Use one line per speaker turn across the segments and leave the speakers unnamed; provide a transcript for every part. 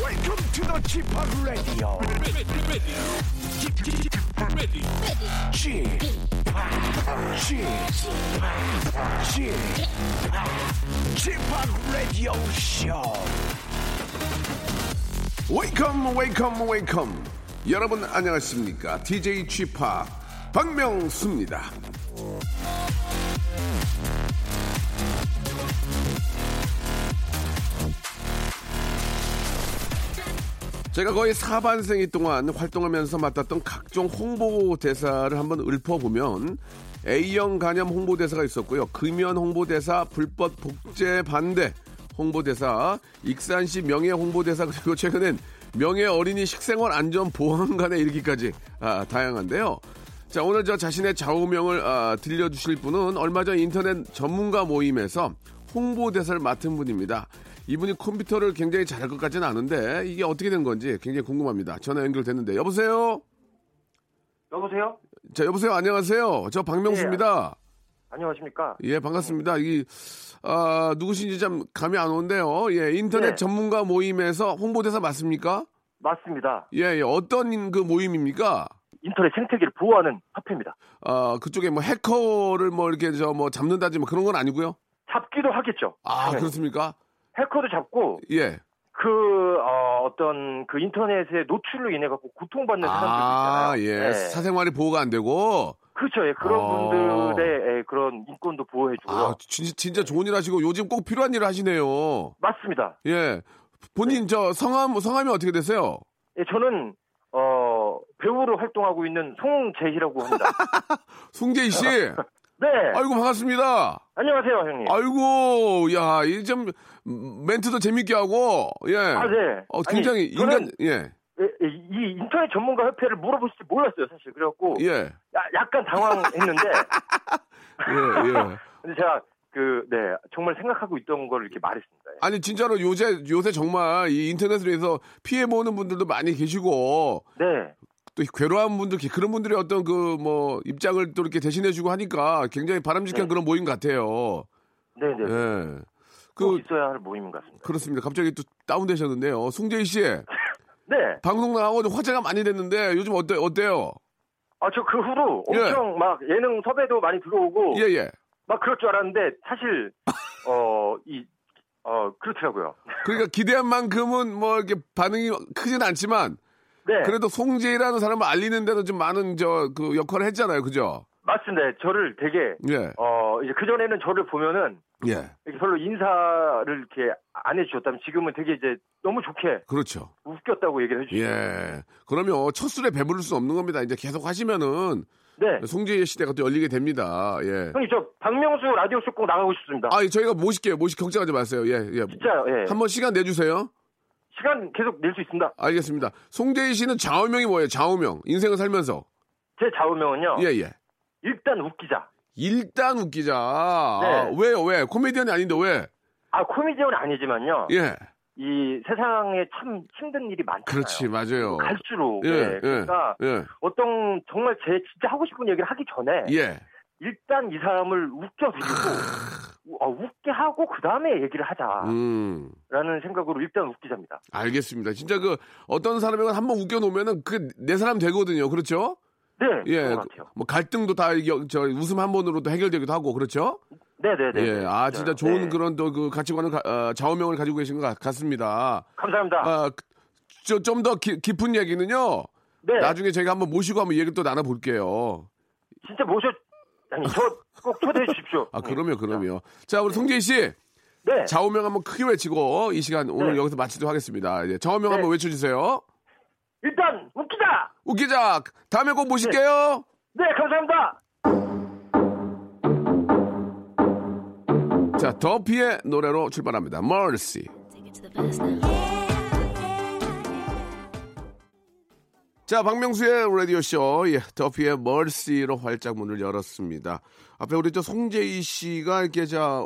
Welcome to the g p o p Radio. g p g p g p Radio Show.
웨이컴 웨이컴 웨이컴 여러분 안녕하십니까 DJ g p 박명수입니다 제가 거의 사반생이 동안 활동하면서 맡았던 각종 홍보대사를 한번 읊어보면 A형 간염 홍보대사가 있었고요. 금연 홍보대사, 불법 복제 반대 홍보대사, 익산시 명예 홍보대사 그리고 최근엔 명예 어린이 식생활 안전 보안관에 이르기까지 아, 다양한데요. 자 오늘 저 자신의 좌우명을 아, 들려주실 분은 얼마 전 인터넷 전문가 모임에서 홍보대사를 맡은 분입니다. 이분이 컴퓨터를 굉장히 잘할 것 같지는 않은데 이게 어떻게 된 건지 굉장히 궁금합니다. 전화 연결됐는데 여보세요.
여보세요?
자 여보세요. 안녕하세요. 저 박명수입니다.
안녕하십니까?
예 반갑습니다. 이 아, 누구신지 참 감이 안 오는데요. 예 인터넷
네.
전문가 모임에서 홍보대사 맞습니까?
맞습니다.
예, 예 어떤 그 모임입니까?
인터넷 생태계를 보호하는 협회입니다.
아 그쪽에 뭐 해커를 뭐 이렇게 저 뭐 잡는다지 뭐 그런 건 아니고요.
잡기도 하겠죠.
아
네.
그렇습니까?
해커도 잡고
예.
그 어, 떤 그 인터넷의 노출로 인해 갖고 고통받는
아,
사람들도 있잖아요. 네.
예. 사생활이 보호가 안 되고.
그렇죠. 예. 그런
어.
분들의 예, 그런 인권도 보호해주고요.
아, 진짜, 진짜 좋은 일 하시고 요즘 꼭 필요한 일을 하시네요.
맞습니다.
예. 본인
네.
저 성함 성함이 어떻게 되세요?
예, 저는 어, 배우로 활동하고 있는 송재희라고 합니다.
송재희 씨.
네.
아이고 반갑습니다.
안녕하세요, 형님.
아이고 야, 이 좀 멘트도 재밌게 하고 예.
아, 네.
어, 굉장히
아니, 저는
인간 예.
예, 예, 이 인터넷 전문가 협회를 물어보실 줄 몰랐어요, 사실. 그래갖고
예.
야- 약간 당황했는데
예. 예.
근데 제가 그, 네, 정말 생각하고 있던 걸 이렇게 말했습니다. 예.
아니 진짜로 요새 요새 정말 이 인터넷으로 해서 피해 보는 분들도 많이 계시고
네,
또 괴로운 분들 그런 분들의 어떤 그 뭐 입장을 또 이렇게 대신해주고 하니까 굉장히 바람직한
네.
그런 모임 같아요.
네, 네.
예.
꼭
그
있어야 할 모임인 것 같습니다.
그렇습니다. 갑자기 또 다운되셨는데요. 송재희 씨
네,
방송 나가고 좀 화제가 많이 됐는데 요즘 어때 어때요?
아, 저 그 후로
예.
엄청 막 예능 섭외도 많이 들어오고
예예.
막 그럴 줄 알았는데 사실, 어, 이, 어, 그렇더라고요.
그러니까 기대한 만큼은 뭐 이렇게 반응이 크진 않지만
네,
그래도 송재희라는 사람을 알리는 데도 좀 많은 저 그 역할을 했잖아요. 그죠?
맞습니다. 저를 되게,
예.
어, 이제 그전에는 저를 보면은
예.
이렇게 별로 인사를 이렇게 안 해주셨다면 지금은 되게 이제 너무 좋게
그렇죠.
웃겼다고 얘기를 해주시죠.
예. 그러면 첫 술에 배부를 수 없는 겁니다. 이제 계속 하시면은
네.
송재희 시대가 또 열리게 됩니다. 예.
형님, 저 박명수 라디오 쇼꼭 나가고 싶습니다.
아, 저희가 모실게요. 모실 걱정하지 마세요. 예, 예.
진짜, 예.
한번 시간 내주세요.
시간 계속 낼 수 있습니다.
알겠습니다. 송재희 씨는 좌우명이 뭐예요? 좌우명. 인생을 살면서.
제 좌우명은요.
예, 예.
일단 웃기자.
일단 웃기자.
네.
왜요, 왜? 코미디언이 아닌데 왜?
아 코미디언은 아니지만요.
예.
이 세상에 참 힘든 일이 많잖아요.
그렇지, 맞아요.
갈수록
예,
예,
예.
그러니까
예,
어떤 정말 제 진짜 하고 싶은 얘기를 하기 전에
예.
일단 이 사람을 웃겨드리고 어, 웃게 하고 그 다음에 얘기를 하자라는
아. 음,
생각으로 일단 웃기자입니다.
알겠습니다. 진짜 그 어떤 사람을 한번 웃겨놓으면은 그 내 사람 되거든요. 그렇죠?
네,
예.
그런 것 같아요.
뭐 갈등도 다 이겨- 저 웃음 한 번으로도 해결되기도 하고, 그렇죠?
네, 네, 네.
예. 아, 진짜 좋은
네.
그런 또 그 가치관을, 가- 어, 좌우명을 가지고 계신 것 같- 같습니다.
네. 감사합니다.
아, 좀 더 깊은 얘기는요.
네,
나중에 저희가 한번 모시고 한번 얘기를 또 나눠볼게요.
진짜 모셔 아니 저 꼭 초대해 주십시오.
아, 그럼요, 그럼요. 자, 우리 송재희 씨,
네,
좌우명 한번 크게 외치고 이 시간 오늘
네.
여기서 마치도록 하겠습니다. 예, 좌우명
네.
한번 외쳐주세요.
일단 웃기자.
웃기자, 다음에 꼭 모실게요.
네, 감사합니다.
자, 더피의 노래로 출발합니다. Mercy. 자, 박명수의 라디오쇼, 예, 더피의 멀시로 활짝 문을 열었습니다. 앞에 우리 저 송재희 씨가 이렇게 자,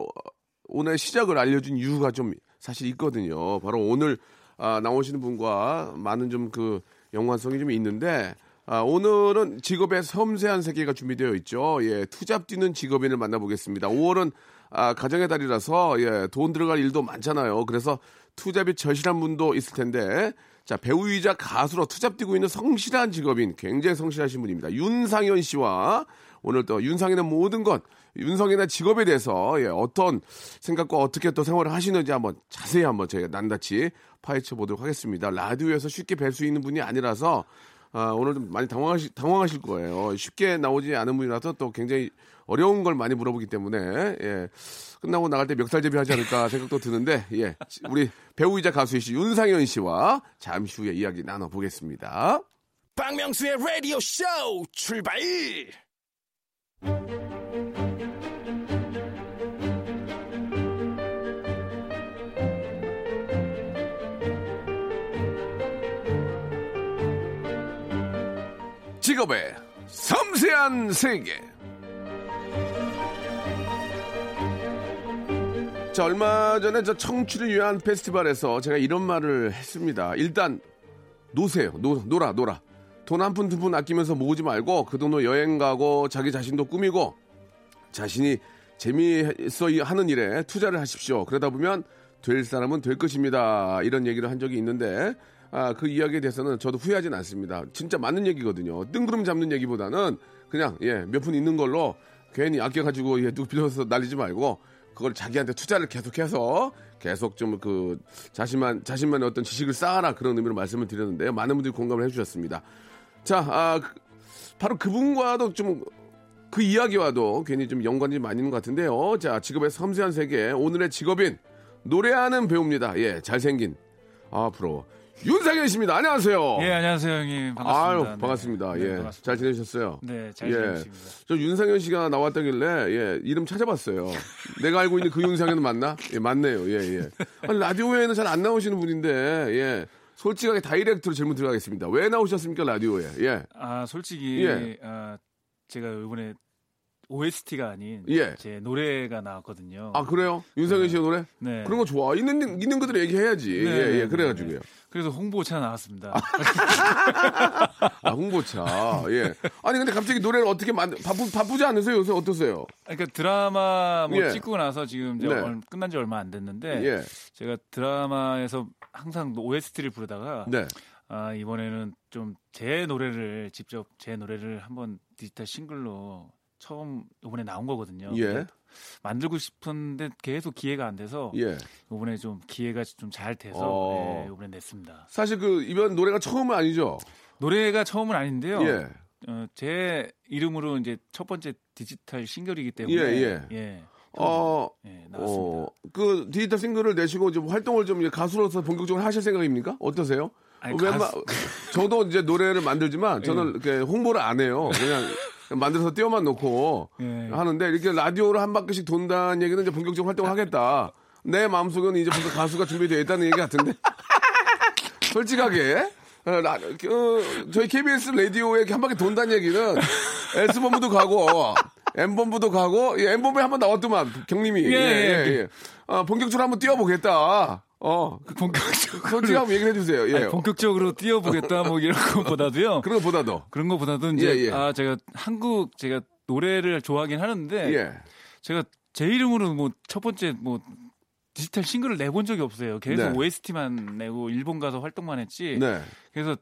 오늘 시작을 알려준 이유가 좀 사실 있거든요. 바로 오늘, 아, 나오시는 분과 많은 좀 그 연관성이 좀 있는데, 아, 오늘은 직업의 섬세한 세계가 준비되어 있죠. 예, 투잡 뛰는 직업인을 만나보겠습니다. 5월은 아, 가정의 달이라서 예, 돈 들어갈 일도 많잖아요. 그래서 투잡이 절실한 분도 있을 텐데 자 배우이자 가수로 투잡 뛰고 있는 성실한 직업인 굉장히 성실하신 분입니다. 윤상현 씨와 오늘 또 윤상현의 모든 것 윤성현의 직업에 대해서 예, 어떤 생각과 어떻게 또 생활을 하시는지 한번 자세히 한번 저희가 난다치 파헤쳐 보도록 하겠습니다. 라디오에서 쉽게 뵐 수 있는 분이 아니라서 아, 오늘 좀 많이 당황하시, 당황하실 거예요. 쉽게 나오지 않은 분이라서 또 굉장히 어려운 걸 많이 물어보기 때문에, 예. 끝나고 나갈 때 멱살잡이 하지 않을까 생각도 드는데, 예. 우리 배우이자 가수이시 윤상현 씨와 잠시 후에 이야기 나눠보겠습니다.
박명수의 라디오 쇼 출발!
직업의 섬세한 세계. 자, 얼마 전에 저 청취를 위한 페스티벌에서 제가 이런 말을 했습니다. 일단, 노세요. 노, 놀아, 놀아. 돈 한 푼 두 푼 아끼면서 모으지 말고 그 돈으로 여행 가고 자기 자신도 꾸미고 자신이 재미있어 하는 일에 투자를 하십시오. 그러다 보면 될 사람은 될 것입니다. 이런 얘기를 한 적이 있는데 아, 그 이야기에 대해서는 저도 후회하진 않습니다. 진짜 맞는 얘기거든요. 뜬구름 잡는 얘기보다는 그냥 예, 몇 푼 있는 걸로 괜히 아껴가지고 예, 누구 빌려서 날리지 말고 그걸 자기한테 투자를 계속해서 계속 좀 그 자신만 자신만의 어떤 지식을 쌓아라 그런 의미로 말씀을 드렸는데요. 많은 분들이 공감을 해주셨습니다. 자, 아, 그- 바로 그분과도 좀 그 이야기와도 괜히 좀 연관이 많이 있는 것 같은데요. 자, 직업의 섬세한 세계 오늘의 직업인 노래하는 배우입니다. 예, 잘생긴 아 부러워 윤상현 씨입니다. 안녕하세요.
예, 안녕하세요, 형님.
어. 아유
반갑습니다. 네.
반갑습니다.
네,
예,
반갑습니다.
잘 지내셨어요?
네, 잘
예.
지내셨습니다.
저 윤상현 씨가 나왔다길래 예, 이름 찾아봤어요. 내가 알고 있는 그 윤상현은 맞나? 예, 맞네요. 예, 예. 아니, 라디오에는 잘 안 나오시는 분인데 예. 솔직하게 다이렉트로 질문 들어가겠습니다. 왜 나오셨습니까 라디오에? 예.
아, 솔직히
예.
아, 제가 이번에 OST가 아닌
예.
제 노래가 나왔거든요.
아 그래요? 윤상현 씨의 노래?
네.
그런 거 좋아. 있는 있는 것들 얘기해야지.
네,
예, 예.
네,
그래가지고요.
그래서 홍보차 나왔습니다.
아 홍보차. 예. 아니 근데 갑자기 노래를 어떻게 만들? 바쁘 바쁘지 않으세요? 요새 어떠세요?
그러니까 드라마 뭐
예.
찍고 나서 지금 이제
네.
얼- 끝난 지 얼마 안 됐는데
예.
제가 드라마에서 항상 OST를 부르다가
네.
아, 이번에는 좀 제 노래를 직접 제 노래를 한번 디지털 싱글로 처음 이번에 나온 거거든요.
예.
만들고 싶은데 계속 기회가 안 돼서
예.
이번에 좀 기회가 좀 잘 돼서
어.
예, 이번에 냈습니다.
사실 그 이번 노래가 처음은 아니죠.
노래가 처음은 아닌데요.
예.
어, 제 이름으로 이제 첫 번째 디지털 싱글이기 때문에
예, 예.
예,
어,
예,
어,
나왔습니다.
그 디지털 싱글을 내시고 좀 활동을 좀 이제 가수로서 본격적으로 하실 생각입니까? 어떠세요?
아니,
웬만-
가수- 예.
저도 이제 노래를 만들지만 저는 이렇게 홍보를 안 해요. 그냥 만들어서 띄워만 놓고
예.
하는데 이렇게 라디오를 한 바퀴씩 돈다는 얘기는 이제 본격적으로 활동을 하겠다. 내 마음속은 이제 벌써 가수가 준비되어 있다는 얘기 같은데. 솔직하게. 어, 라- 어, 저희 KBS 라디오에 이렇게 한 바퀴 돈다는 얘기는 S본부도 가고 M본부도 가고 예, M본부에 한 번 나왔더만 경림이
예, 예, 예.
어, 본격적으로 한번 뛰어보겠다 어 솔직히
본격적으로
한번 얘기를 해주세요 예.
그- 아니, 본격적으로 뛰어보겠다 뭐 이런 것보다도요.
그런 것보다 더
그런 것보다도 이제
예, 예.
아 제가 한국 제가 노래를 좋아하긴 하는데
예.
제가 제 이름으로 뭐 첫 번째 뭐 디지털 싱글을 내본 적이 없어요. 계속
네.
OST만 내고 일본 가서 활동만 했지.
네.
그래서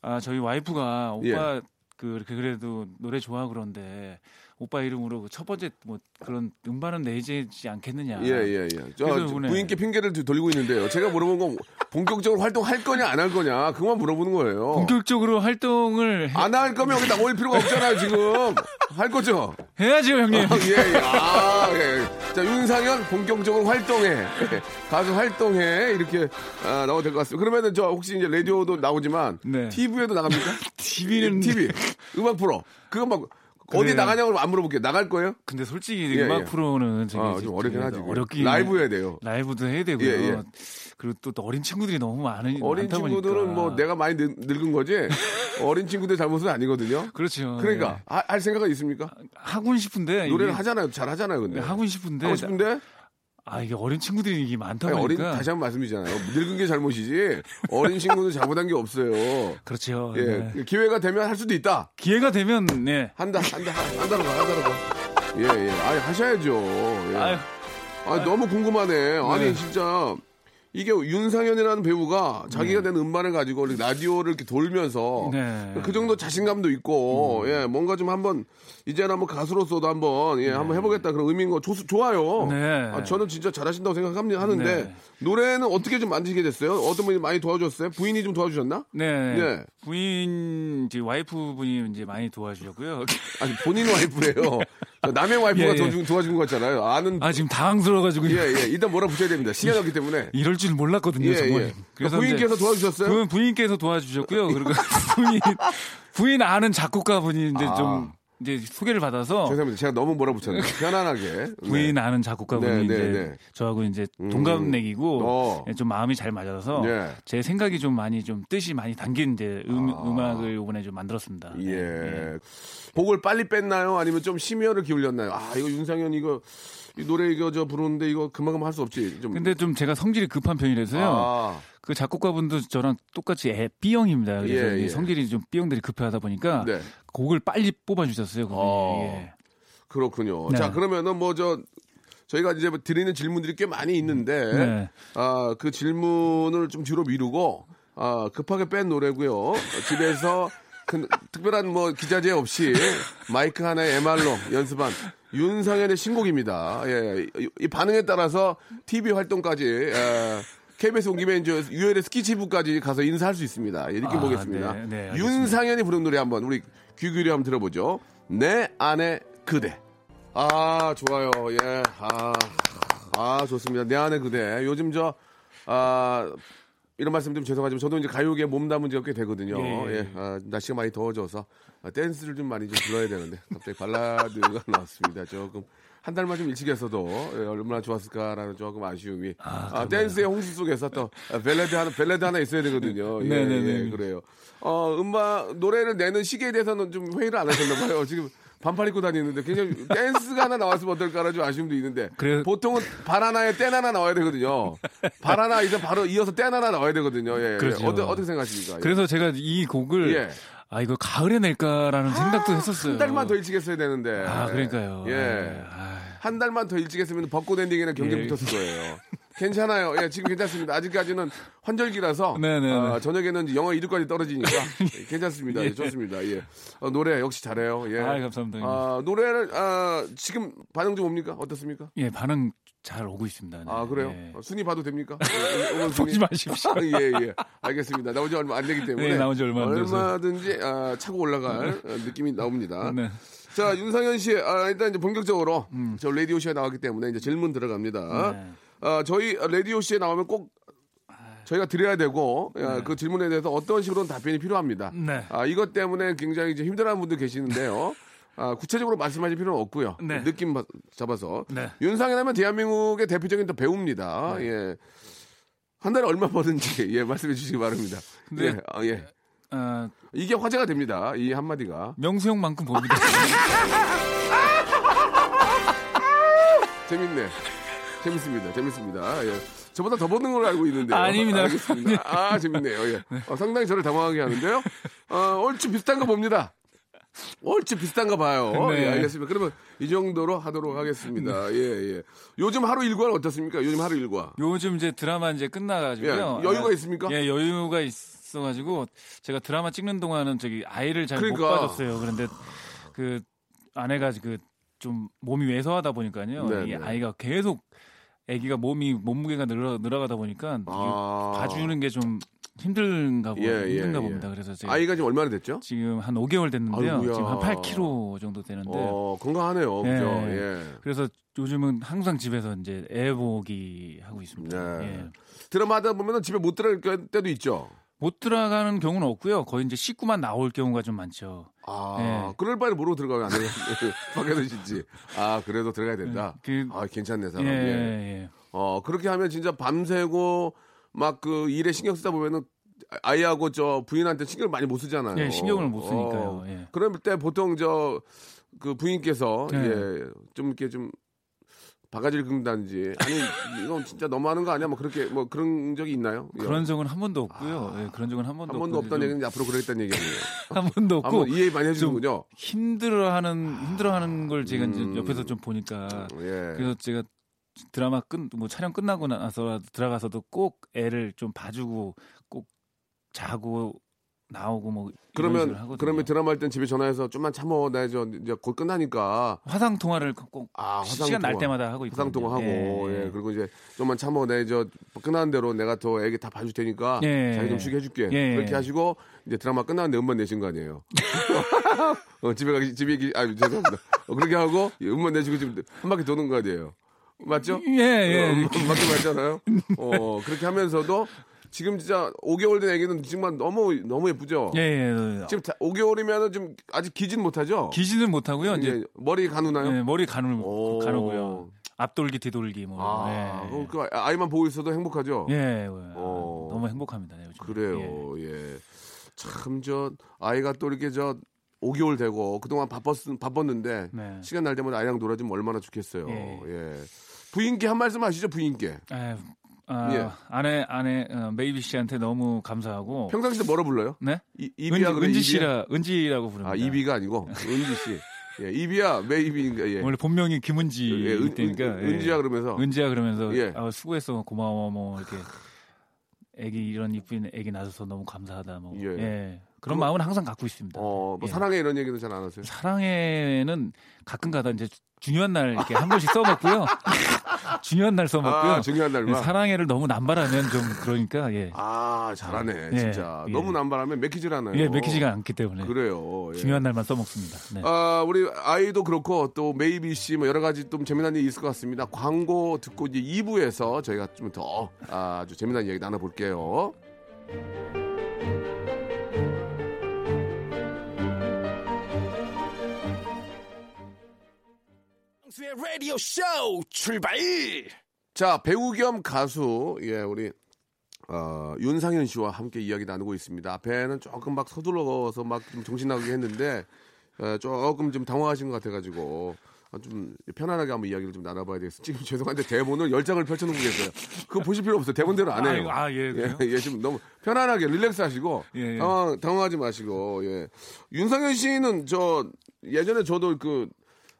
아 저희 와이프가
예.
오빠 그 이렇게 그래도 노래 좋아 그런데 오빠 이름으로 그첫 번째 뭐 그런 음반은 내지 않겠느냐.
예, 예, 예. 저
아. 그래서
저
오늘-
부인께 핑계를 드- 돌리고 있는데요. 제가 물어본 건 본격적으로 활동할 거냐, 안 할 거냐, 그만 물어보는 거예요.
본격적으로 활동을 해,
안 할 거면 여기 나올 필요가 없잖아요, 지금. 할 거죠?
해야죠 형님.
아, 예, 예. 아, 예. 자, 윤상현 본격적으로 활동해. 예. 가수 활동해. 이렇게 아, 나와도 될 것 같습니다. 그러면은 저 혹시 이제 라디오도 나오지만
네.
TV에도 나갑니까? TV는 TV. 음악 프로. 그거 막 어디
근데-
나가냐고 안 물어볼게요. 나갈 거예요?
근데 솔직히
예,
음악
예.
프로는 제가
아,
이제
좀 어렵긴
되게
하지.
어렵긴
라이브 해야 돼요.
라이브도 해야 되고요.
예, 예.
그리고 또, 어린 친구들이 너무 많으니
어린
많다
친구들은
보니까.
뭐 내가 많이 늙, 늙은 거지 어린 친구들 잘못은 아니거든요.
그렇죠.
그러니까
예.
하- 할 생각은 있습니까?
하고는
노래를
싶은데 그러니까 이게-
하잖아요. 잘 하잖아요. 근데
네, 하고는 싶은데,
하고 싶은데
아 이게 어린 친구들이 이게 많다
아니,
보니까
어린 다시 한 번 말씀이잖아요. 늙은 게 잘못이지 어린 친구는 잘못한 게 없어요.
그렇죠.
예,
네.
기회가 되면 할 수도 있다.
기회가 되면 네.
한다, 한다, 한- 한다로 가, 한다로 가. 예, 예. 아니, 하셔야죠. 예.
아유,
아 너무 궁금하네. 아니 진짜 이게 윤상현이라는 배우가 자기가 낸 음반을 가지고 이렇게 라디오를 이렇게 돌면서
네. 음.
그 정도 자신감도 있고 예 뭔가 좀 한번 이제는 한번 가수로서도 한번 예 한번 해보겠다 그런 의미인 거 좋, 좋아요.
네.
아, 저는 진짜 잘하신다고 생각합니다 하는데
네.
노래는 어떻게 좀 만드시게 됐어요? 어떤 분이 많이 도와줬어요? 부인이 좀 도와주셨나?
네.
예.
부인 이제 와이프 분이 이제 많이 도와주셨고요.
아니 본인 와이프래요. 남의 와이프가
예,
도-
예.
좀 도와준 것 같잖아요. 아는
아 지금 당황스러워가지고
예 예. 일단 뭐라 붙여야 됩니다. 시간이 없기 때문에.
이럴 줄 몰랐거든요.
예,
정말.
예.
그래서
부인께서
이제
도와주셨어요? 예.
부인, 부인께서 도와주셨고요. 그리고 부인 부인 아는 작곡가 분이 이제
아.
좀 이제 소개를 받아서
죄송합니다. 제가 너무 몰아붙였네요. 편안하게. 네.
어. 부인 아는 작곡가 분이
네,
이제
네, 네.
저하고 이제
음.
동갑내기고
어.
예, 좀 마음이 잘 맞아서
예.
제 생각이 좀 많이 좀 뜻이 많이 담긴 이제 음,
아.
악을 이번에 좀 만들었습니다.
예. 복을 빨리 뺐나요? 아니면 좀 심혈을 기울였나요? 아, 이거 윤상현 이거 이 노래 이거 저 부르는데 이거 그만큼 할 수 없지. 좀.
근데 좀 제가 성질이 급한 편이라서요.
아,
그 작곡가분도 저랑 똑같이 애 B형입니다. 그래서
예,
이
예.
성질이 좀 B형들이 급해하다 보니까
네.
곡을 빨리 뽑아주셨어요. 그분이.
어.
예.
그렇군요.
네.
자, 그러면은 뭐 저 저희가 이제 뭐 드리는 질문들이 꽤 많이 있는데
네.
아, 그 질문을 좀 뒤로 미루고 아, 급하게 뺀 노래고요. 집에서 큰- 특별한 뭐 기자재 없이 마이크 하나에 MR로 연습한 윤상현의 신곡입니다. 예, 이- 이 반응에 따라서 TV 활동까지 에, KBS 온 김에 이제 UL의 스키치부까지 가서 인사할 수 있습니다. 예, 이렇게
아,
보겠습니다.
네, 네, 알겠습니다.
윤상현이 부른 노래 한번 우리 귀 기울여 한번 들어보죠. 내 안에 그대. 아 좋아요. 예. 아, 아 좋습니다. 내 안에 그대. 요즘 저 아, 이런 말씀 좀 죄송하지만 저도 이제 가요계 몸담은 지가 꽤 되거든요.
예, 예.
예, 아, 날씨가 많이 더워져서 아, 댄스를 좀 많이 좀 불러야 되는데 갑자기 발라드가 나왔습니다. 조금 한 달만 좀 일찍 했어도 예, 얼마나 좋았을까라는 조금 아쉬움이 아, 댄스의 홍수 속에서 또 아, 벨레드 하나 벨레드 하나 있어야 되거든요. 예,
네, 네, 네.
예, 그래요. 어, 음악 노래를 내는 시기에 대해서는 좀 회의를 안 하셨나 봐요. 지금 반팔 입고 다니는데 굉장히 댄스가 하나 나왔으면 어떨까라는 좀 아쉬움도 있는데
그래요.
보통은 발 하나에 뗀 하나 나와야 되거든요. 발 하나 이제 바로 이어서 뗀 하나 나와야 되거든요. 예, 예.
그렇죠.
어떻게 어떻게 생각하십니까?
그래서 제가 이 곡을
아, 예.
아 이거 가을에 낼까라는 생각도
예.
했었어요.
한 달만 더 일찍 했어야 되는데.
아 그러니까요.
예.
아,
한 달만 더 일찍 했으면 벚꽃 엔딩이랑 경쟁
예.
붙었을 거예요. 괜찮아요. 예, 지금 괜찮습니다. 아직까지는 환절기라서
네네네.
아, 저녁에는 영하 2도까지 떨어지니까 괜찮습니다. 예, 좋습니다. 예. 어, 노래 역시 잘해요. 예.
아이, 감사합니다.
아, 노래를 아, 지금 반응 좀 옵니까? 어떻습니까?
예 반응 잘 오고 있습니다. 네.
아 그래요?
예.
어, 순위 봐도 됩니까? 예, 음원 순위?
보지 마십시오.
아, 예, 예. 알겠습니다. 나온 지 얼마 안 되기 때문에.
네, 나온 지 얼마 안 돼서.
든지 아, 차고 올라갈 어, 느낌이 나옵니다.
네.
자, 윤상현 씨, 아, 일단 이제 본격적으로 저 라디오 쇼에 나왔기 때문에 이제 질문 들어갑니다.
네.
아, 저희 라디오 쇼에 나오면 꼭 저희가 드려야 되고 아, 그 질문에 대해서 어떤 식으로는 답변이 필요합니다.
네.
아, 이것 때문에 굉장히 이제 힘들어하는 분들 계시는데요. 아, 구체적으로 말씀하실 필요는 없고요.
네.
느낌 바- 잡아서.
네.
윤상현 하면 대한민국의 대표적인 또 배우입니다. 예. 한 달에 얼마 버는지 예, 말씀해 주시기 바랍니다.
근데-
예, 아, 예.
아,
이게 화제가 됩니다. 이 한마디가.
명수 형만큼 봅니다.
재밌네. 재밌습니다. 재밌습니다. 예. 저보다 더 버는 걸로 알고 있는데요.
아닙니다.
알겠습니다. 아, 재밌네요. 예. 어, 상당히 저를 당황하게 하는데요. 어, 얼추 비슷한 거 봅니다. 얼추 비슷한 거 봐요.
네.
예, 알겠습니다. 그러면 이 정도로 하도록 하겠습니다. 예, 예. 요즘 하루 일과는 어떻습니까? 요즘 하루 일과.
요즘 이제 드라마 이제 끝나가지고요.
예, 여유가
아,
있습니까?
예, 여유가 있어가지고 제가 드라마 찍는 동안은 저기 아이를 잘 못
그러니까.
봐줬어요. 그런데 그 아내가 그 좀 몸이 왜소하다 보니까요.
네,
이
네.
아이가 계속 아기가 몸이 몸무게가 늘어 늘어가다 보니까 이게
아.
봐주는 게 좀 힘든가 보
예, 예,
힘든가
예.
봅니다. 그래서 제가
아이가 지금 얼마나 됐죠?
지금 한 5개월 됐는데요.
아이고야.
지금 한 8kg 정도 되는데
어, 건강하네요. 그죠?
예.
예.
그래서 요즘은 항상 집에서 이제 애 보기 하고 있습니다.
네.
예.
드라마 하다 보면 집에 못 들어갈 때도 있죠.
못 들어가는 경우는 없고요. 거의 이제 19만 나올 경우가 좀 많죠.
아,
네.
그럴 바에 모르고 들어가면 안 돼요. 밖에 계신지. 아, 그래도 들어가야 된다.
그-
아, 괜찮네,
예,
사람. 예.
예.
어, 그렇게 하면 진짜 밤새고 막 그 일에 신경 쓰다 보면은 아이하고 저 부인한테 신경을 많이 못 쓰잖아요.
예, 신경을 못 쓰니까요.
어,
예.
그럴 때 보통 저 그 부인께서
네.
예, 좀 이렇게 좀 바가지를 긁는다든지 아니 이건 진짜 너무하는 거 아니야? 뭐 그렇게 뭐 그런 적이 있나요? 예.
그런 적은 한 번도 없고요. 예, 그런 적은 한 번도
한 번도
없고
없던
좀-
얘기는 앞으로 그러겠다는 얘기예요.
한 번도 없고
한번 이해 많이 해주는군요.
힘들어하는 힘들어하는 걸 제가
음.
이제 옆에서 좀 보니까
예.
그래서 제가 드라마 끝 뭐 촬영 끝나고 나서 들어가서도 꼭 애를 좀 봐주고 꼭 자고 나오고 뭐 이런 식으로
그러면
하거든요.
그러면 드라마 할 땐 집에 전화해서 좀만 참어 나 이제 이제 곧 끝나니까
화상 통화를 꼭
아 화상
시간 날
통화.
때마다 하고 있거든요.
화상 통화하고 예, 그리고 이제 좀만 참어 내 저 끝나는 대로 내가 더 애기 다 봐줄 테니까
예.
자기 좀 쉬게 해줄게
예.
그렇게 하시고 이제 드라마 끝나는데 음반 내신 거 아니에요 어, 집에 가기 집에 기, 아 죄송합니다 어, 그렇게 하고 음반 내시고 지금 한 바퀴 도는 거 아니에요 맞죠?
예, 예.
어, 맞죠 맞잖아요 어 그렇게 하면서 지금 진짜 5개월 된 애기는 정말 너무 너무 예쁘죠?
예, 예.
지금 5개월이면은 좀 아직 기진 못하죠?
기지는 못 하고요. 이제
이제 머리 가누나요?
예, 머리 가눌
오.
가누고요. 앞돌기 뒤돌기 뭐.
아,
예.
그럼 그 아이만 보고 있어도 행복하죠?
예, 예.
어.
너무 행복합니다. 요즘. 예.
그래요. 예. 참 저 아이가 또 이렇게 저 5개월 되고 그동안 바빴 바빴는데
네.
시간 날 때마다 아이랑 놀아주면 얼마나 좋겠어요.
예.
예. 부인께 한 말씀 하시죠, 부인께.
에, 아,
예.
아내 아내 어, 메이비 씨한테 너무 감사하고
평상시에 뭐라 불러요?
어. 네?
이, 이비야
은지,
그래.
은지
이비야?
씨라 은지라고 부릅니다. 네.
아, 이비가 아니고 은지 씨. 예, 이비야, 메이비인가 예.
원래 본명이
예, 은-
김은지 때니까 예.
은- 은지야 그러면서.
은지야 그러면서
예.
아, 수고했어 고마워 뭐 이렇게 애기 이런 이쁜 애기 낳아서 너무 감사하다 뭐
예.
예. 그런 마음은 항상 갖고 있습니다.
어, 뭐
예.
사랑해 이런 얘기는 잘 안 하세요?
사랑해는 가끔가다 이제 주- 중요한 날 이렇게 한 번씩 써먹고요. 중요한 날 써먹고요. 예,
아, 중요한 날만.
사랑해를 너무 남발하면 좀 그러니까 예.
아, 잘하네,
예,
진짜.
예.
너무 남발하면 맥히질 않아요.
예, 맥히지가 않기 때문에
그래요. 예.
중요한 날만 써먹습니다. 네.
아, 우리 아이도 그렇고 또 메이비 씨 뭐 여러 가지 좀 재미난 일이 있을 것 같습니다. 광고 듣고 이제 2부에서 저희가 좀 더 아주 재미난 이야기 나눠볼게요.
박명수의 라디오 쇼 출발!
자, 배우 겸 가수, 예, 우리, 어, 윤상현 씨와 함께 이야기 나누고 있습니다. 앞에는 조금 막 서둘러서 막 좀 정신 나가게 했는데, 어, 조금 좀 당황하신 것 같아가지고, 어, 좀 편안하게 한번 이야기를 좀 나눠봐야 되겠어요. 지금 죄송한데 대본을 열장을 펼쳐놓고 계세요. 그거 보실 필요 없어요. 대본대로 안 해요.
아, 예,
예,
그래요?
예, 지금 너무 편안하게 릴렉스 하시고
예, 예.
당황, 당황하지 마시고 예. 윤상현 씨는 저 예전에 저도 그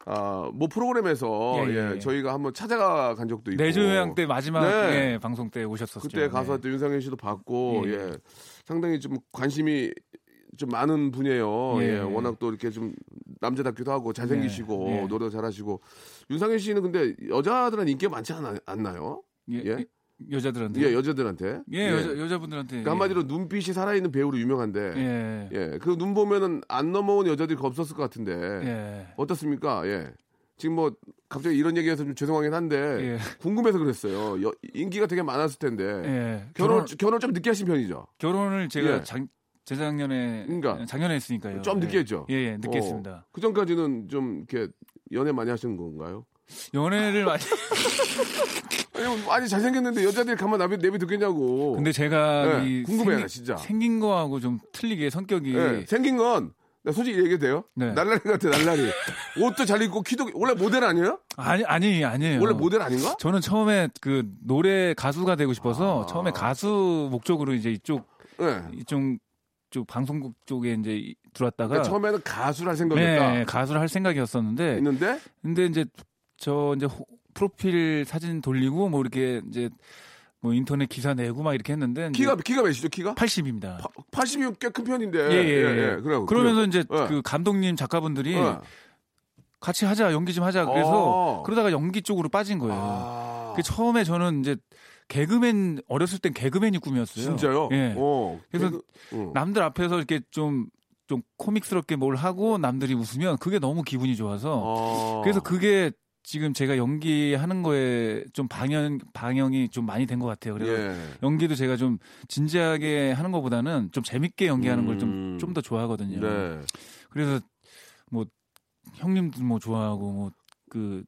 아, 뭐 프로그램에서
예, 예,
예,
예.
저희가 한번 찾아가 간 적도 있고
내조요양 때 마지막
네.
예, 방송 때 오셨었죠.
그때 가서 또 윤상현 씨도 봤고 예.
예.
상당히 좀 관심이 좀 많은 분이에요. 예.
예.
워낙 또 이렇게 좀 남자답기도 하고 잘생기시고
네, 예.
노래도 잘하시고 윤상현 씨는 근데 여자들한테 인기가 많지 않, 않나요?
네. 예,
예?
여자들한테
예, 여자들한테.
예, 여자 여자분들한테
그러니까 한마디로 눈빛이 살아있는 배우로 유명한데
예. 예. 예.
예, 그 눈 보면은 안 넘어온 여자들이 거의 없었을 것 같은데 예. 어떻습니까? 예, 지금 뭐 갑자기 이런 얘기해서 좀 죄송하긴 한데
예.
궁금해서 그랬어요. 여- 인기가 되게 많았을 텐데
예.
네. 결혼
결혼
결혼 좀 늦게 하신 편이죠?
결혼을 제가
예.
장, 재작년에
그러니까.
작년에 했으니까요.
좀 늦게
예.
했죠?
예, 예 늦게 했습니다.
그 전까지는 좀 이렇게 연애 많이 하시는 건가요?
연애를 많이
아니, 뭐 많이 잘생겼는데 여자들이 가만 내비 내비 두겠냐고.
근데 제가
예,
이
궁금해요,
생긴-
진짜.
생긴 거하고 좀 틀리게 성격이
예, 생긴 건. 나 솔직히 얘기해도 돼요?
네.
날라리 같아, 날라리. 옷도 잘 입고, 키도, 원래 모델 아니에요?
아니 아니 아니에요.
원래 모델 아닌가?
저는 처음에 그 노래 가수가 되고 싶어서
아.
처음에 가수 목적으로 이제 이쪽
예.
이쪽 쪽 방송국 쪽에 이제 이- 들어왔다가
그러니까 처음에는 가수를 할 생각이었다.
네, 가수를 할 생각이었었는데
있는데
근데 이제 저 이제 호- 프로필 사진 돌리고 뭐 이렇게 이제 뭐 인터넷 기사 내고 막 이렇게 했는데 이제
키가 키가 몇이죠? 키가?
80입니다.
80이면 꽤 큰 편인데.
예, 예, 예.
그래요.
그러면서 이제
예.
그 감독님 작가분들이 예.
그래요. 예.
같이 하자 연기 좀 하자 그래서
어.
그러다가 연기 쪽으로 빠진
예.
거예요.
아.
그 처음에 저는 이제 개그맨 어렸을 땐 개그맨이 꿈이었어요.
진짜요?
예.
어.
그래서
개그- 어.
남들 앞에서 이렇게 좀, 좀 코믹스럽게 뭘 하고 남들이 웃으면 어. 그게 너무 기분이 좋아서
아.
그래서 그게 지금 제가 연기하는 거에 좀 방영 방영이 좀 많이 된 것 같아요. 그래서
예.
연기도 제가 좀 진지하게 하는 것보다는 좀 재밌게 연기하는 걸 좀
음.
좀 더 좋아하거든요.
네.
그래서 뭐 형님도 뭐 좋아하고 뭐 그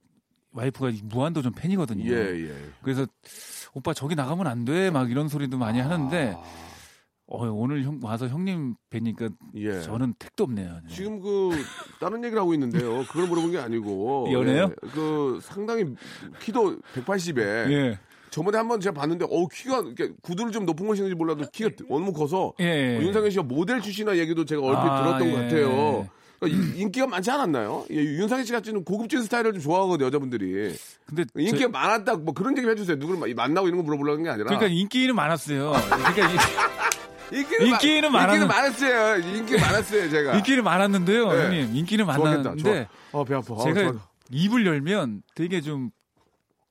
와이프가 무한도 좀 팬이거든요.
예, 예.
그래서 오빠 저기 나가면 안 돼 막 이런 소리도
아.
많이 하는데 어, 오늘 형 와서 형님 뵈니까
예.
저는 택도 없네요.
지금 그 다른 얘기를 하고 있는데요. 그걸 물어본 게 아니고
연애요?
예, 그 상당히 키도 180에
예.
저번에 한 번 제가 봤는데 어 키가 이렇게 구두를 좀 높은 것인지 몰라도 키가 너무 커서
예. 예.
어, 윤상현 씨가 모델 출신이나 얘기도 제가 얼핏
아,
들었던
예.
것 같아요. 그러니까 이- 인기가 많지 않았나요? 예, 윤상현 씨가 좀 고급진 스타일을 좀 좋아하거든요, 여자분들이.
근데
인기가
저-
많았다, 뭐 그런 얘기 해주세요. 누구를 마- 만나고 이런 거 물어보려는 게 아니라.
그러니까 인기는 많았어요.
아,
그러니까 이-
인기는,
인기는
많,
많았는-
았어요 인기 많았어요, 제가.
인기는 많았는데요,
예.
형님. 인기는
그러니까. 좋았겠다, 좋아.
많았는데
어, 배 아파. 어,
제가
좋아.
입을 열면 되게 좀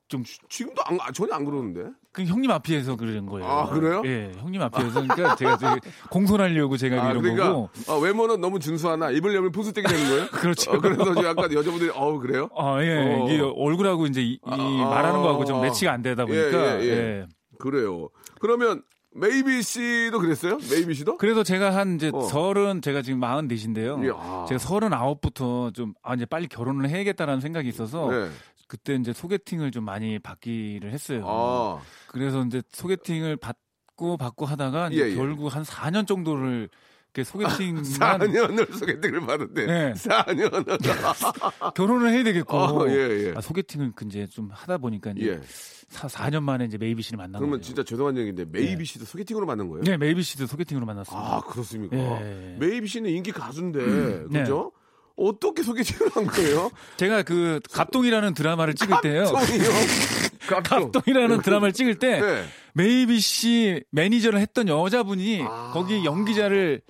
좀,
지금도 안, 아, 전혀 안 그러는데.
그 형님 앞에서 그런 거예요.
아, 그래요?
예, 형님 앞에서. 그러니까 제가 되게 공손하려고 제가
아,
네, 이런
그러니까
거고.
어, 외모는 너무 준수하나 입을 열면 포스텍이 되는 거예요?
그렇죠.
어, 그래서 저 약간 여자분들이 어우 그래요?
아, 예.
어.
이게 얼굴하고 이제 이, 이
아,
말하는 거하고
아.
좀 매치가 안 되다 보니까.
예, 예, 예.
예.
그래요. 그러면 메이비 씨도 그랬어요? 메이비 씨도?
그래서 제가 한 이제
어.
서른 제가 지금 마흔 되신데요.
이야.
제가 서른 아홉부터 좀 아 이제 빨리 결혼을 해야겠다라는 생각이 있어서
네.
그때 이제 소개팅을 좀 많이 받기를 했어요.
아,
그래서 이제 소개팅을 받고 받고 하다가 이제
예, 예.
결국 한 4년 정도를 이렇게 소개팅만
4년을 소개팅을 받았대. 아,
네.
4년을.
결혼을 해야 되겠고
어, 예, 예.
아, 소개팅을 그 이제 좀 하다 보니까 이제
예.
사, 4년 만에 이제 메이비 씨를 만난
그러면
거예요.
진짜 죄송한 얘기인데 메이비 씨도 소개팅으로 만난 거예요?
네, 메이비 씨도 소개팅으로 만났습니다.
아, 그렇습니까?
예.
메이비 씨는 인기 가수인데,
네.
그죠? 어떻게 소개팅을 한 거예요?
제가 그 갑동이라는 드라마를 찍을 때요.
소이요 갑동.
갑동이라는 드라마를 찍을 때
네.
메이비 씨 매니저를 했던 여자분이
아.
거기 연기자를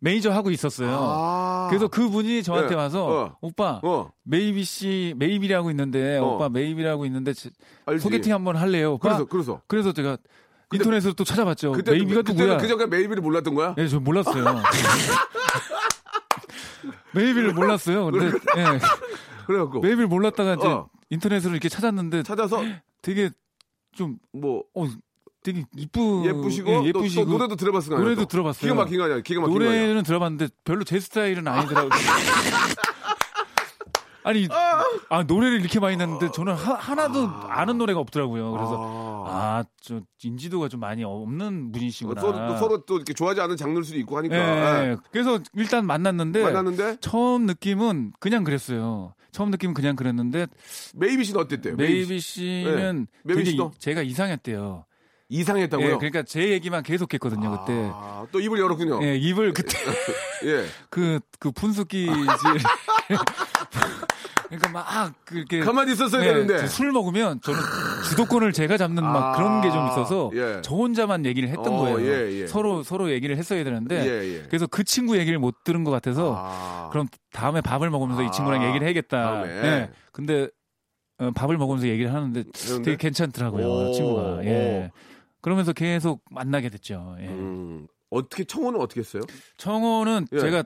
매니저 하고 있었어요.
아.
그래서 그분이 저한테
네.
와서
어.
오빠
어,
메이비 씨 메이비라고 있는데
어.
오빠 메이비라고 있는데 제-
알지.
소개팅 한번 할래요. 오빠?
그래서, 그래서.
그래서 제가 인터넷에서 또 찾아봤죠.
그때
어, 메이비가 누구야?
그때는 그저께 메이비를 몰랐던 거야?
예, 저 몰랐어요. 메이비를 몰랐어요. 근데 예,
그래갖고
메이비를 몰랐다가 이제
어.
인터넷으로 이렇게 찾았는데
찾아서
되게 좀
뭐
어, 되게 이쁘
예쁘시고,
예,
또-
예쁘시고
또 노래도 들어봤을 거 아니야?
노래도
또.
들어봤어요.
기가 막힌 거 아니야? 기가 막힌 거 아니야?
노래는 들어봤는데 별로 제 스타일은 아니더라고요. 아니 아 노래를 이렇게 많이 났는데 저는 하, 나도 아는 노래가 없더라고요. 그래서
아.
아 저 인지도가 좀 많이 없는 분이시구나.
서로 또, 서로 또 이렇게 좋아하지 않은 장르일 수도 있고 하니까.
예, 예.
예.
그래서 일단 만났는데
만났는데
처음 느낌은 그냥 그랬어요. 처음 느낌은 그냥 그랬는데
예, 메이비 씨는 어땠대요?
메이비 씨는
예. 메이비
되게
씨도?
이- 제가 이상했대요.
이상했다고요?
예, 그러니까 제 얘기만 계속했거든요 그때.
아, 또 입을 열었군요. 예.
예, 입을 그때 그, 그 분수기 이제 그러니까 막 그렇게
가만히 있었어야
예,
되는데. 아,
저술 먹으면 저는 주도권을 제가 잡는 막 그런 게 좀 있어서
예.
저 혼자만 얘기를 했던
어,
거예요.
예, 예.
서로 서로 얘기를 했어야 되는데
예, 예.
그래서 그 친구 얘기를 못 들은 것 같아서
아.
그럼 다음에 밥을 먹으면서
아,
이 친구랑 얘기를 해야겠다.
다음에.
예. 근데 어, 밥을 먹으면서 얘기를 하는데
그런데?
되게 괜찮더라고요
오,
친구가. 예. 그러면서 계속 만나게 됐죠. 예.
음. 어떻게 청혼은 어떻게 했어요?
청호는
예.
제가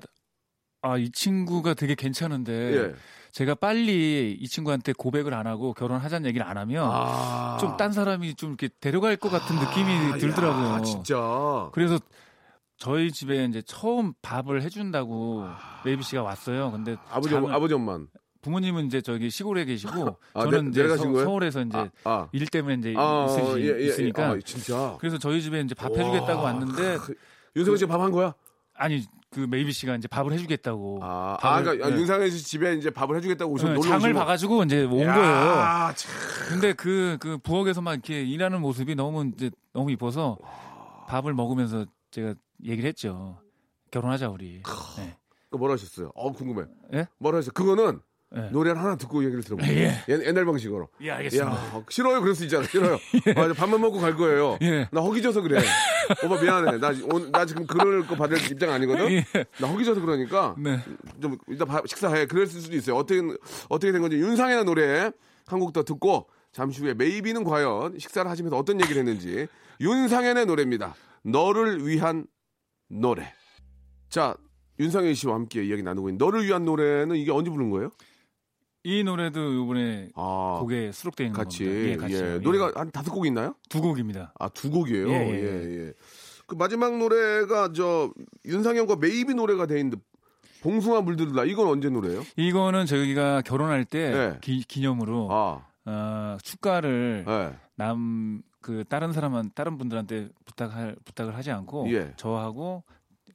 아 이 친구가 되게 괜찮은데
예.
제가 빨리 이 친구한테 고백을 안 하고 결혼하자는 얘기를 안 하면
아.
좀 딴 사람이 좀 이렇게 데려갈 것 같은
아,
느낌이 들더라고요.
야, 진짜.
그래서 저희 집에 이제 처음 밥을 해준다고 메이비 씨가 왔어요. 근데
아. 아버지,
장을-
엄마- 아버지 엄만.
부모님은 이제 저기 시골에 계시고
아,
저는
내-
이제
내려가신
서,
거예요?
울에서 이제
아, 아.
일 때문에 이제
아,
있으시,
예, 예, 예.
있으니까
아, 진짜.
그래서 그 저희 집에 이제 밥
와.
해주겠다고 왔는데
윤석열 씨 밥 한 거야?
아니 그 메이비 씨가 이제 밥을 해주겠다고
아, 아
밥을-
그러니까
네.
윤상현 씨 집에 이제 밥을 해주겠다고 오셔서
네,
놀러
장을
오신 거-
봐가지고 이제 온
야,
거예요.
참.
근데 그, 그 부엌에서 막 이렇게 일하는 모습이 너무 이제 너무 이뻐서 밥을 먹으면서 제가 얘기를 했죠. 결혼하자 우리. 네.
그거 뭐라 하셨어요? 어 궁금해.
예?
뭐라 하셨어요? 그거는
예.
노래를 하나 듣고 얘기를 들어보세요.
예.
옛- 옛날 방식으로.
예,
야,
알겠습니다.
어, 싫어요. 그럴 수 있잖아. 싫어요. 아, 밥만 먹고 갈 거예요.
예.
나 허기져서 그래. 오빠 미안해. 나, 오늘, 나 지금 그럴 거 받을 입장 아니거든.
예.
나 허기져서 그러니까
네.
좀 이따 밥, 식사해. 그랬을 수도 있어요. 어떻게 어떻게 된 건지 윤상현의 노래 한 곡 더 듣고 잠시 후에 메이비는 과연 식사를 하시면서 어떤 얘기를 했는지 윤상현의 노래입니다. 너를 위한 노래. 자, 윤상현 씨와 함께 이야기 나누고 있는 너를 위한 노래는 이게 언제 부른 거예요?
이 노래도 이번에
아,
곡에 수록되어 있는
같이.
겁니다.
예, 노래가 한 다섯 곡 있나요?
두 곡입니다.
아, 두 곡이에요?
예,
예,
예,
예. 그 마지막 노래가 저 윤상현과 메이비 노래가 돼 있는데 봉숭아 물들다 이건 언제 노래예요?
이거는 저희가 결혼할 때
네.
기, 기념으로
아,
어, 축가를
예.
남 그 다른 사람한 다른 분들한테 부탁할 부탁을 하지 않고
예.
저하고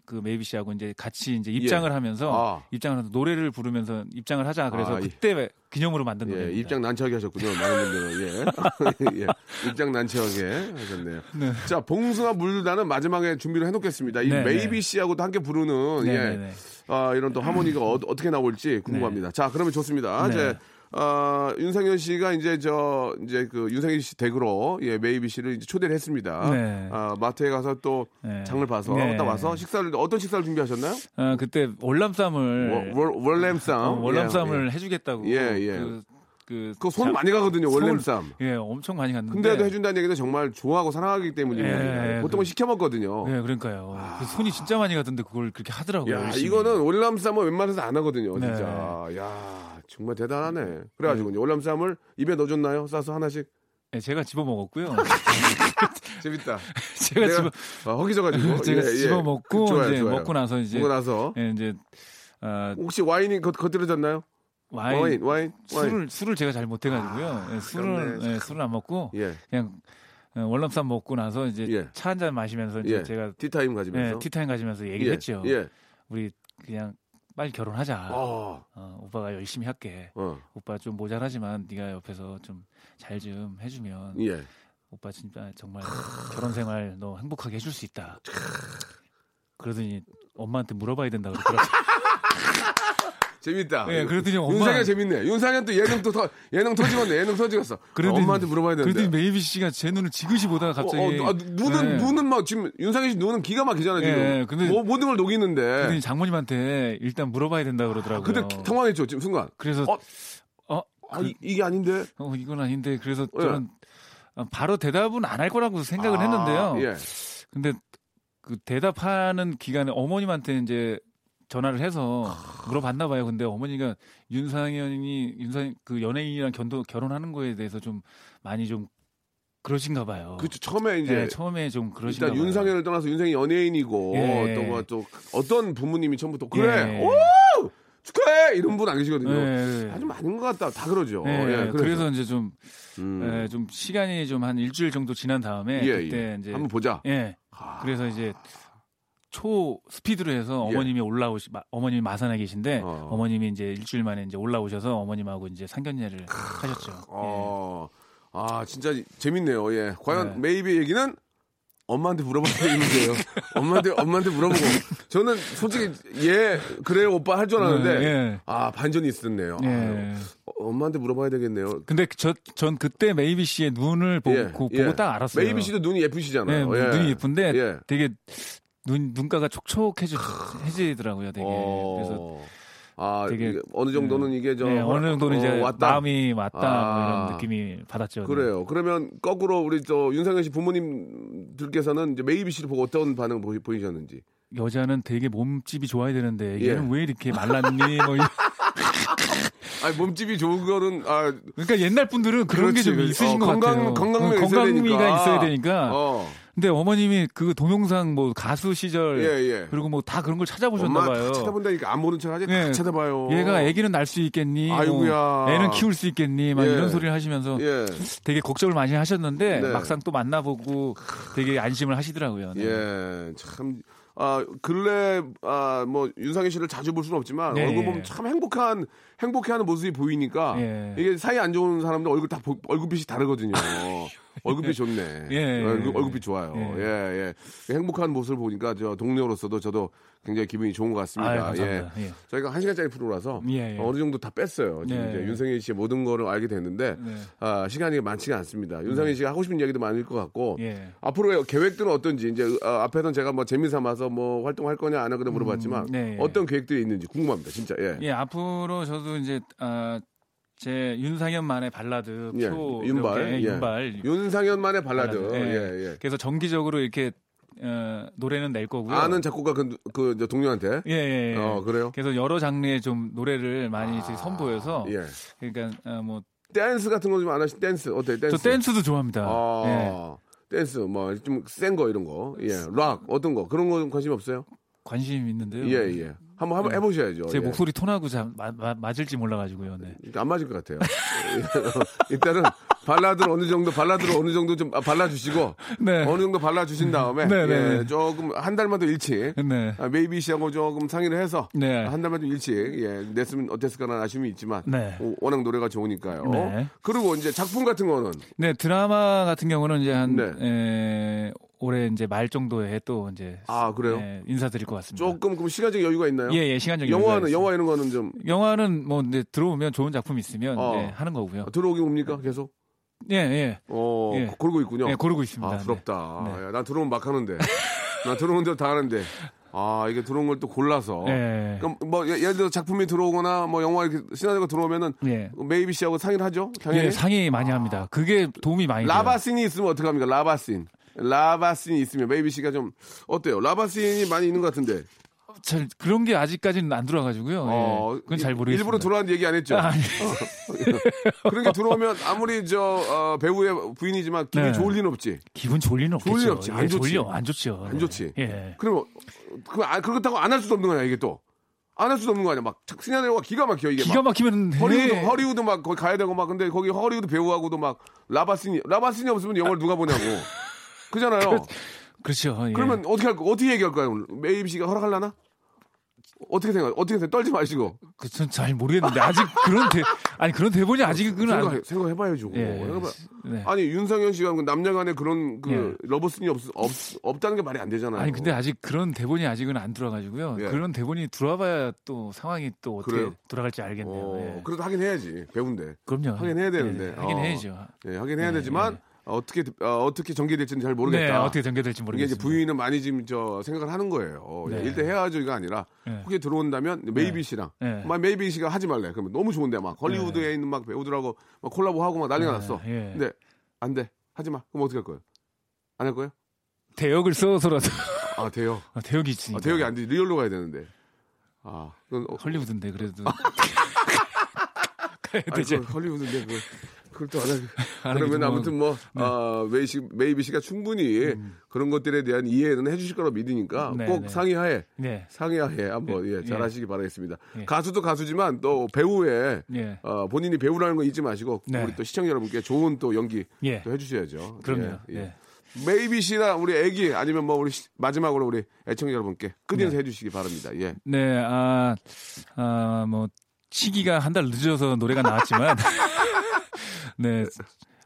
그 메이비 씨하고 이제 같이 이제 입장을 하면서
아,
입장을 하면서 노래를 부르면서 입장을 하자 그래서
아, 이-
그때 기념으로 만든
예,
노래입니다.
입장 난처하게 하셨군요. 많은 분들은 예. 예, 입장 난처하게 하셨네요. 자, 봉숭아 물들다는 마지막에 준비를 해놓겠습니다. 이
네,
메이비
네.
씨하고도 함께 부르는
네,
예,
네, 네.
아, 이런 또 하모니가 어, 떻게 나올지 궁금합니다. 자, 그러면 좋습니다.
네.
이제 아, 윤상현 씨가 이제 저 이제 그 윤상현 씨 댁으로 예, 메이비 씨를 이제 초대를 했습니다.
네.
아, 마트에 가서 또
네.
장을 봐서
네.
갔다 와서 식사를 어떤 식사를 준비하셨나요?
아, 그때 월남쌈을
월, 월, 램쌈
네. 어, 월남쌈을 해주겠다고
예, 예.
그, 그
그손
자-
많이 가거든요,
손을- 네.
월남쌈.
예 엄청 많이 갔는데
근데도 해준다는 얘기는 정말 좋아하고 사랑하기 때문입니다.
예, 예,
보통은
그-
시켜 먹거든요.
예 그러니까요 그 손이 진짜 많이 갔던데 그걸 그렇게 하더라고요
야,
뭐 열심히.
이거는 월남쌈은 웬만해서 안 하거든요,
네.
진짜. 야, 정말 대단하네. 그래가지고 이제 월남쌈을 입에 넣어줬나요? 싸서 하나씩.
예, 제가 집어 먹었고요
재밌다.
제가 집어
아, 허기져가지고.
제가
예, 예.
집어 먹고
좋아요,
이제
좋아요.
먹고 나서 이제
먹고 나서.
예, 이제 아,
혹시 와인이 거, 거들어졌나요?
와인,
와인, 와인, 와인. 아,
술을 술을 제가 잘 못해가지고요 예, 술은
그렇네.
예, 술은 안 먹고
예,
그냥 예, 월남쌈 먹고 나서 이제
예.
차 한 잔 마시면서 이제
예.
제가
티타임
예,
가지면서.
티타임 가지면서 얘기를
예,
했죠
예.
우리 그냥 빨리 결혼하자.
아,
어, 오빠가 열심히 할게.
어,
오빠 좀 모자라지만 네가 옆에서 좀 잘 좀 해주면
예.
오빠 진짜 정말 결혼 생활 너 행복하게 해줄 수 있다. 그러더니 엄마한테 물어봐야 된다 그러더라고.
재밌다.
예, 그러더니 엄마-
윤상현 재밌네. 윤상현 또 예능 또 터, 예능 터지겠네. 예능 터지겠어.
그러더니-
엄마한테 물어봐야 되는데.
그러더니 메이비 씨가 제 눈을 지그시 보다가 갑자기
어, 어, 아, 눈은
네.
눈은 막 지금 윤상현 씨 눈은 기가 막히잖아요
예,
지금.
예, 근데-
뭐, 모든 걸 녹이는데.
그러더니 장모님한테 일단 물어봐야 된다 그러더라고요.
근데 당황했죠 지금 순간.
그래서
어?
어,
아, 이, 이게 아닌데.
어, 이건 아닌데 그래서
예.
저는 바로 대답은 안 할 거라고 생각을
아,
했는데요.
예.
근데 그 대답하는 기간에 어머님한테 이제 전화를 해서 물어봤나 봐요. 근데 어머니가 윤상현이 윤상 그 연예인이랑 견도, 결혼하는 거에 대해서 좀 많이 좀 그러신가 봐요.
그렇죠. 처음에 이제
네, 처음에 좀 그러신가
일단
봐요.
윤상현을 떠나서 윤상이 연예인이고
예.
또, 뭐, 또 어떤 부모님이 처음부터 그래
예.
오 축하해 이런 분 안 계시거든요.
예.
아주 많은 것 같다 다 그러죠.
예,
예,
그래서. 이제 좀,
음.
예, 좀 시간이 좀 한 일주일 정도 지난 다음에
예, 예.
그때 이제
한번 보자.
예.
아.
그래서 이제 초 스피드로 해서
예.
어머님이 올라오시 마- 어머님이 마산에 계신데
어.
어. 머님이 이제 일주일 만에 이제 올라오셔서 어머님하고 이제 상견례를 하셨죠.
어, 아 진짜 재밌네요. 예, 과연
네.
메이비 얘기는 엄마한테 물어봐야 되는 거예요. 엄마한테 엄마한테 물어보고 저는 솔직히 예 그래요 오빠 할 줄 알았는데
예, 예.
아 반전이 있었네요.
예.
아유,
예.
어, 엄마한테 물어봐야 되겠네요.
근데 저 전 그때 메이비 씨의 눈을 보고 그
예,
보고
예.
딱 알았어요.
메이비 씨도 눈이
예,
예쁘시잖아요. 예.
눈이 예쁜데
예.
되게 눈 눈가가 촉촉해지 해지더라고요, 되게.
어.
예, 그래서
아,
되게-
이게 어느 정도는 이게 저
네,
허락-
어느 정도는
어,
이제
왔다.
마음이 왔다 뭐
아.
이런 느낌이 받았죠.
그래요. 그러면 거꾸로 우리 저 윤상현 씨 부모님들께서는 이제 메이비 씨를 보고 어떤 반응 보이, 보이셨는지.
여자는 되게 몸집이 좋아야 되는데
예.
얘는 왜 이렇게 말랐니? 뭐 이런-
아니 몸집이 좋은 거는 아
그러니까 옛날 분들은 그런 게 좀
그렇지.
있으신
어,
것
건강-
같아요.
건강미가
어,
있어야 되니까.
건강미가 있어야 되니까.
어.
근데 어머님이 그 동영상 뭐 가수 시절
예, 예.
그리고 뭐 다 그런 걸 찾아보셨나
엄마
봐요.
다 찾아본다니까 안 보는 척하지
예.
다 찾아봐요.
얘가 아기는 날 수 있겠니? 뭐
아이고야.
애는 키울 수 있겠니? 막
예.
이런 소리를 하시면서
예.
되게 걱정을 많이 하셨는데
네.
막상 또 만나보고 되게 안심을 하시더라고요. 네.
예. 참. 아, 근래, 아, 뭐, 윤상현 씨를 자주 볼 수는 없지만,
네.
얼굴 보면 참 행복한, 행복해 하는 모습이 보이니까,
예.
이게 사이 안 좋은 사람들 얼굴 다, 보- 얼굴빛이 다르거든요. 얼굴빛 좋네.
예.
얼굴, 얼굴빛 좋아요.
예.
예, 예. 행복한 모습을 보니까, 저 동료로서도 저도 굉장히 기분이 좋은 것 같습니다.
아유, 감사합니다. 예.
저희가 한 시간짜리 프로라서
예, 예.
어느 정도 다 뺐어요. 지금
네.
이제 윤상현 씨의 모든 거를 알게 됐는데
네.
아, 시간이 많지가 않습니다. 윤상현 씨가 하고 싶은 이야기도 많을 것 같고
예.
뭐. 앞으로의 계획들은 어떤지 이제 아, 앞에선 제가 뭐 재미삼아서 뭐 활동할 거냐 안 하거나 물어봤지만
음, 네, 예.
어떤 계획들이 있는지 궁금합니다. 진짜 예.
예, 앞으로 저도 이제 아, 제 윤상현만의 발라드
예,
표
윤발,
이렇게
예.
윤발
윤상현만의 발라드.
발라드, 예.
예, 예.
그래서 정기적으로 이렇게 예, 어, 노래는 낼 거고요.
아는 작곡가 그, 그 이제 동료한테.
예, 예, 예.
어 그래요?
그래서 여러 장르의 좀 노래를 많이 이제 선보여서
예.
그러니까 뭐저
댄스 같은 거 좀 안 하시 댄스 어때 댄스?
댄스도 좋아합니다. 예.
아 댄스 뭐 좀 센 거 이런 거. 예. 락 어떤 거 그런 거 관심 없어요?
관심 있는데요.
예 예. 한번 한번 해보셔야죠.
제
예.
목소리 톤하고 잘 마- 마- 맞을지 몰라가지고요. 네.
그러니까 안 맞을 것 같아요. 일단은 발라드를 어느 정도 발라드를 어느 정도 좀 아, 발라주시고
네.
어느 정도 발라주신 다음에
네, 네.
예, 조금 한 달만 더 일찍
네.
아, 메이비 씨하고 조금 상의를 해서
네.
한 달만 좀 일찍 예, 냈으면 어땠을까라는 아쉬움이 있지만
네.
오, 워낙 노래가 좋으니까요.
네.
그리고 이제 작품 같은 거는
네, 드라마 같은 경우는 이제 한
네.
에, 올해 이제 말 정도에 또 이제
아 그래요?
예, 인사드릴 것 같습니다.
조금 그럼 시간적 여유가 있나요?
예, 예, 시간적인
영화는
여유가
영화 이런 거는 좀
있어요. 영화는 뭐 이제 들어오면 좋은 작품 있으면
어.
예, 하는 거고요.
들어오기 옵니까 계속?
예, 예.
어
예.
고- 고르고 있군요.
예, 고르고 있습니다.
아
네.
부럽다.
네.
야, 난 들어오면 막 하는데. 난 들어오는 대로 다 하는데. 아 이게 들어온 걸 또 골라서.
예.
그럼 뭐 예- 예를 들어 작품이 들어오거나 뭐 영화 이렇게 시나리오가 들어오면은
예.
메이비 씨하고 상의를 하죠. 당연히.
예, 상의 많이 합니다. 그게 도움이 많이 돼요.
아. 라바신이 있으면 어떡합니까? 라바신. 라바신이 있으면 메이비 씨가 좀 어때요? 라바신이 많이 있는 것
예.
같은데.
잘 그런 게 아직까지는 안 들어와가지고요. 예. 그건 잘
일-
모르겠습니다.
일부러 들어왔는데 얘기 안 했죠.
아, 아니.
그런 게 들어오면 아무리 저 어, 배우의 부인이지만 기분이
네.
좋을 리는 없지.
기분 졸리는 없겠죠.
졸리는 없지. 안
예,
좋지.
졸려. 안 좋죠.
안 좋지.
예.
그러면 그 아, 그렇다고 안 할 수도 없는 거냐 이게 또. 안 할 수도 없는 거 아니야. 막 착- 시나리오가 기가 막혀 이게
기가
막.
막히면
허리우드
예.
허리우드 막 거기 가야 되고 막 근데 거기 허리우드 배우하고도 막 라바스니 라바스니 없으면 영화를 누가 보냐고. 그잖아요.
그렇죠. 예.
그러면 어떻게 할 거? 어떻게 얘기할 거야? 오늘? 메이비 씨가 허락할라나? 어떻게 생각? 어떻게 생각? 떨지 마시고
그전잘 모르겠는데 아직 그런 대 아니 그런 대본이 아직은 안
생각 생각해봐야죠.
예.
생각해봐.
네.
아니 윤상현 씨가 그 남녀간의 그런 그
예.
러버스니 없, 없 없다는 게 말이 안 되잖아요.
아니 근데 아직 그런 대본이 아직은 안 들어가지고요.
예.
그런 대본이 들어와봐야 또 상황이 또 어떻게
그래요?
돌아갈지 알겠네요.
어,
예.
그래도 하긴 해야지 배운데.
그럼요.
하긴 해야 되는데.
예, 하긴
어.
해야죠.
예, 하긴 해야
예,
되지만
예.
어떻게 어, 어떻게 전개될지는 잘 모르겠다.
네, 어떻게 전개될지
이게 이제
모르겠습니다.
부인은 많이 지금 저 생각을 하는 거예요. 어,
네.
일단 해야죠가 아니라
예.
혹시 들어온다면 메이비 씨랑
네.
막 메이비 씨가 하지 말래. 그러면 너무 좋은데 막 헐리우드에 있는 막 배우들하고 막 콜라보하고 막 난리가
네,
났어.
예.
근데 안 돼. 하지 마. 그럼 어떻게 할 거예요? 안 할 거예요?
대역을 써서라도
아 돼요.
아, 대역이 있으니까.
아, 대역이 안 돼. 리얼로 가야 되는데. 아, 그건 어,
헐리우드인데 그래도 가야
아니,
되죠.
그건 헐리우드인데 그걸, 그걸 또 안 하게.
안 하게 네.
그러면
좀
아무튼 뭐 아, 메이 씨, 메이비 씨가 충분히 그런 것들에 대한 이해는 해주실 거라고 믿으니까
음. 네,
꼭
네.
상의하에
네.
상의하에 한번 예,
예.
잘하시기 바라겠습니다.
예.
가수도 가수지만 또 배우에
예.
어, 본인이 배우라는 거 잊지 마시고
네.
우리 또 시청자 여러분께 좋은 또 연기
예.
또 해주셔야죠.
그럼요.
예, 예.
예.
메이비 씨나 우리 애기 아니면 뭐 우리 시- 마지막으로 우리 애청자 여러분께 끝인사 해주시기 바랍니다. 예.
네, 아, 아, 뭐, 시기가 한 달 늦어서 노래가 나왔지만, 네,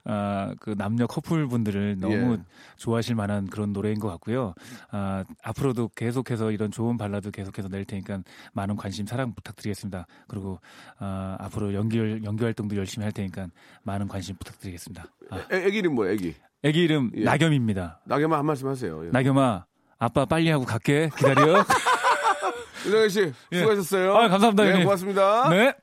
아, 그 남녀 커플 분들을 너무
예.
좋아하실 만한 그런 노래인 것 같고요. 아, 앞으로도 계속해서 이런 좋은 발라드 계속해서 낼 테니까 많은 관심, 사랑 부탁드리겠습니다. 그리고, 아, 앞으로 연기, 연기 활동도 열심히 할 테니까 많은 관심 부탁드리겠습니다. 아,
애, 애기는 뭐 애기?
애기 이름
예.
나겸입니다.
나게만 한 말씀 하세요. 예.
네. 나겸아, 아빠 빨리 하고 갈게. 기다려.
윤정현 씨
예.
수고하셨어요.
아, 감사합니다,
네,
형님.
고맙습니다.
네.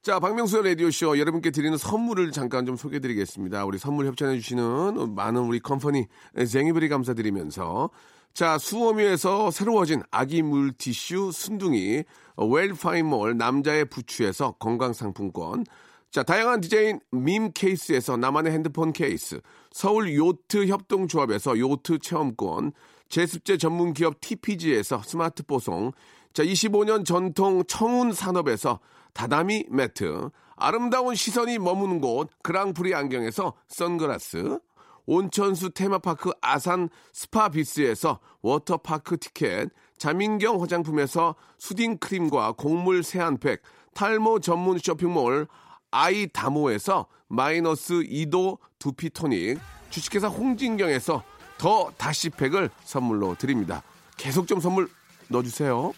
자, 박명수의 라디오쇼 여러분께 드리는 선물을 잠깐 좀 소개해 드리겠습니다. 우리 선물 협찬해 주시는 많은 우리 컴퍼니 쟁이브리 감사드리면서 자, 수어미에서 새로워진 아기 물티슈 순둥이 웰파인몰 남자의 부추에서 건강상품권 자, 다양한 디자인 밈 케이스에서 나만의 핸드폰 케이스, 서울 요트 협동조합에서 요트 체험권, 제습제 전문 기업 TPG에서 스마트 보송, 자, 25년 전통 청운 산업에서 다다미 매트, 아름다운 시선이 머무는 곳 그랑프리 안경에서 선글라스, 온천수 테마파크 아산 스파비스에서 워터파크 티켓, 자민경 화장품에서 수딩 크림과 곡물 세안팩, 탈모 전문 쇼핑몰 아이다모에서 마이너스 2도 두피토닉, 주식회사 홍진경에서 더 다시팩을 선물로 드립니다. 계속 좀 선물 넣어주세요.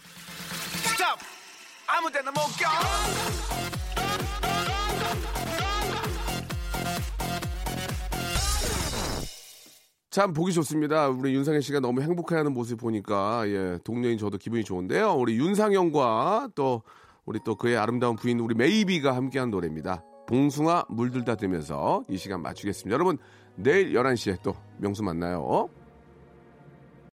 스탑! 아무 데나 못 가!
참 보기 좋습니다. 우리 윤상현 씨가 너무 행복해하는 모습 보니까 예, 동료인 저도 기분이 좋은데요. 우리 윤상현과 또 우리 또 그의 아름다운 부인 우리 메이비가 함께한 노래입니다. 봉숭아 물들다 들면서 이 시간 마치겠습니다. 여러분 내일 11시에 또 명수 만나요.